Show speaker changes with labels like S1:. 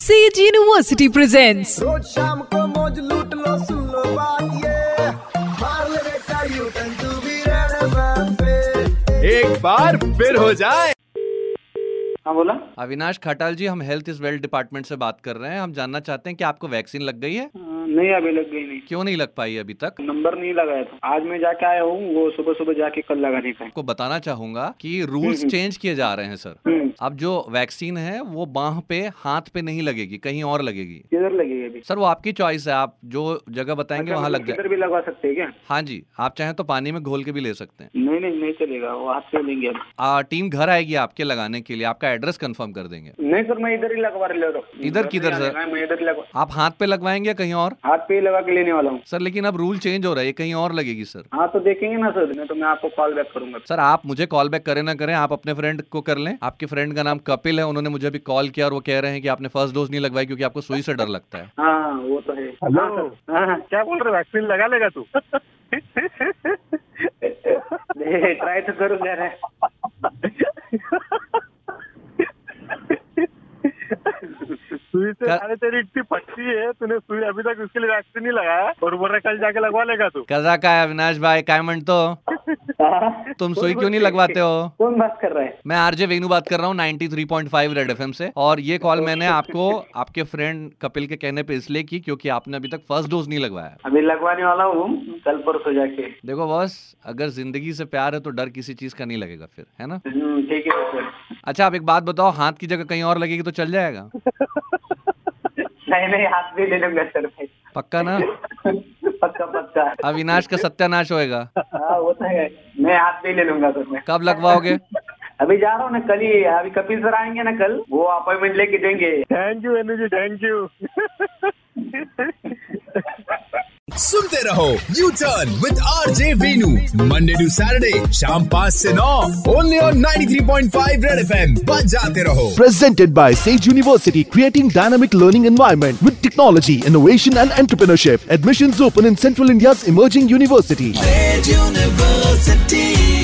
S1: Says University presents
S2: रोज शाम को मौज लूट लो सुन लो बात ये मार ले बेटा you can to be red पे
S3: एक बार फिर हो जाए
S4: हाँ बोला
S3: अविनाश खटाल जी हम हेल्थ इज वेल्थ डिपार्टमेंट से बात कर रहे हैं हम जानना चाहते हैं कि आपको वैक्सीन लग गई है
S4: अ, नहीं अभी लग गई नहीं
S3: क्यों नहीं लग पाई अभी तक
S4: नंबर नहीं लगाया था आज मैं जाके आया हूँ वो सुबह सुबह जाके कल लगाने का है
S3: आपको बताना चाहूंगा कि रूल्स चेंज किए जा रहे हैं सर
S4: हम्म,
S3: अब जो वैक्सीन है वो बाह पे हाथ पे नहीं लगेगी कहीं और लगेगी
S4: किधर लगेगी अभी
S3: सर वो आपकी चॉइस है आप जो जगह बताएंगे
S4: अच्छा,
S3: वहाँ
S4: मतलब
S3: लग जाए
S4: किधर भी लगवा सकते हैं क्या
S3: हाँ जी आप चाहें तो पानी में घोल के भी ले सकते हैं
S4: नहीं नहीं नहीं चलेगा वो हाथ से लेंगे अभी
S3: आ, टीम घर आएगी आपके लगाने के लिए आपका एड्रेस कंफर्म कर देंगे
S4: नहीं सर मैं इधर ही लगवा ले रहा हूँ
S3: इधर
S4: घर
S3: किधर,
S4: नहीं
S3: सर?
S4: आने का है, मैं इधर ही लगवा
S3: आप हाथ पे लगवाएंगे या कहीं और
S4: हाथ पे ही लगा के लेने वाला हूँ
S3: सर लेकिन अब रूल चेंज हो रहा है ये कहीं और लगेगी सर
S4: हाँ तो देखेंगे ना सर नहीं तो मैं आपको कॉल बैक करूंगा
S3: सर आप मुझे कॉल बैक करें ना करें आप अपने फ्रेंड को कर लें आपके फ्रेंड का नाम कपिल है उन्होंने मुझे अभी कॉल किया और वो कह रहे हैं कि आपने फर्स्ट डोज नहीं लगवाई क्योंकि आपको सुई से डर लगता है
S4: हाँ हाँ, वो तो है हाँ सर हाँ हाँ
S5: क्या बोल रहे हो? वैक्सीन लगा लेगा तू
S4: ट्राई तो करूँ यार
S5: सुई से
S3: क्या-
S5: अरे तेरी इतनी पट्टी है तूने सुई अभी तक उसके लिए वैक्सीन नहीं लगाया और बोल रहा है, कल जाके लगवा लेगा तू
S3: कजा काय अविनाश भाई काय म्हणतो तुम सुई क्यों नहीं लगवाते हो
S4: हाँ, कौन बात कर रहा है
S3: मैं आरजे वेनू बात कर रहा हूँ 93.5 रेड एफएम से और ये कॉल मैंने आपको आपके फ्रेंड कपिल के कहने पे इसलिए की क्योंकि आपने अभी तक फर्स्ट डोज नहीं लगवाया
S4: अभी लगवाने वाला हूँ कल परसों जाके
S3: देखो बॉस अगर जिंदगी से प्यार है तो डर किसी चीज का नहीं लगेगा फिर है ना
S4: हम्म, ठीक है सर
S3: अच्छा आप एक बात बताओ हाथ की जगह कहीं और लगेगी तो चल जाएगा
S4: नहीं नहीं हाथ भी ले लूंगा सर मैं
S3: पक्का ना
S4: पक्का पक्का
S3: अविनाश का सत्यानाश होएगा
S4: हाँ वो तो है मैं हाथ भी ले लूंगा सर मैं
S3: कब लगवाओगे
S4: अभी जा रहा हूँ ना कल ही अभी कपिल सर आएंगे ना कल वो अपॉइंटमेंट लेके देंगे
S5: thank you Enu ji thank you
S6: सुनते रहो you turn with R J Venu Monday to Saturday शाम पाँच से नौ ओनली ऑन 93.5 रेड एफएम बच जाते रहो
S7: presented by Sage University, creating dynamic learning environment with technology, innovation and entrepreneurship. Admissions open in Central India's emerging university.
S2: University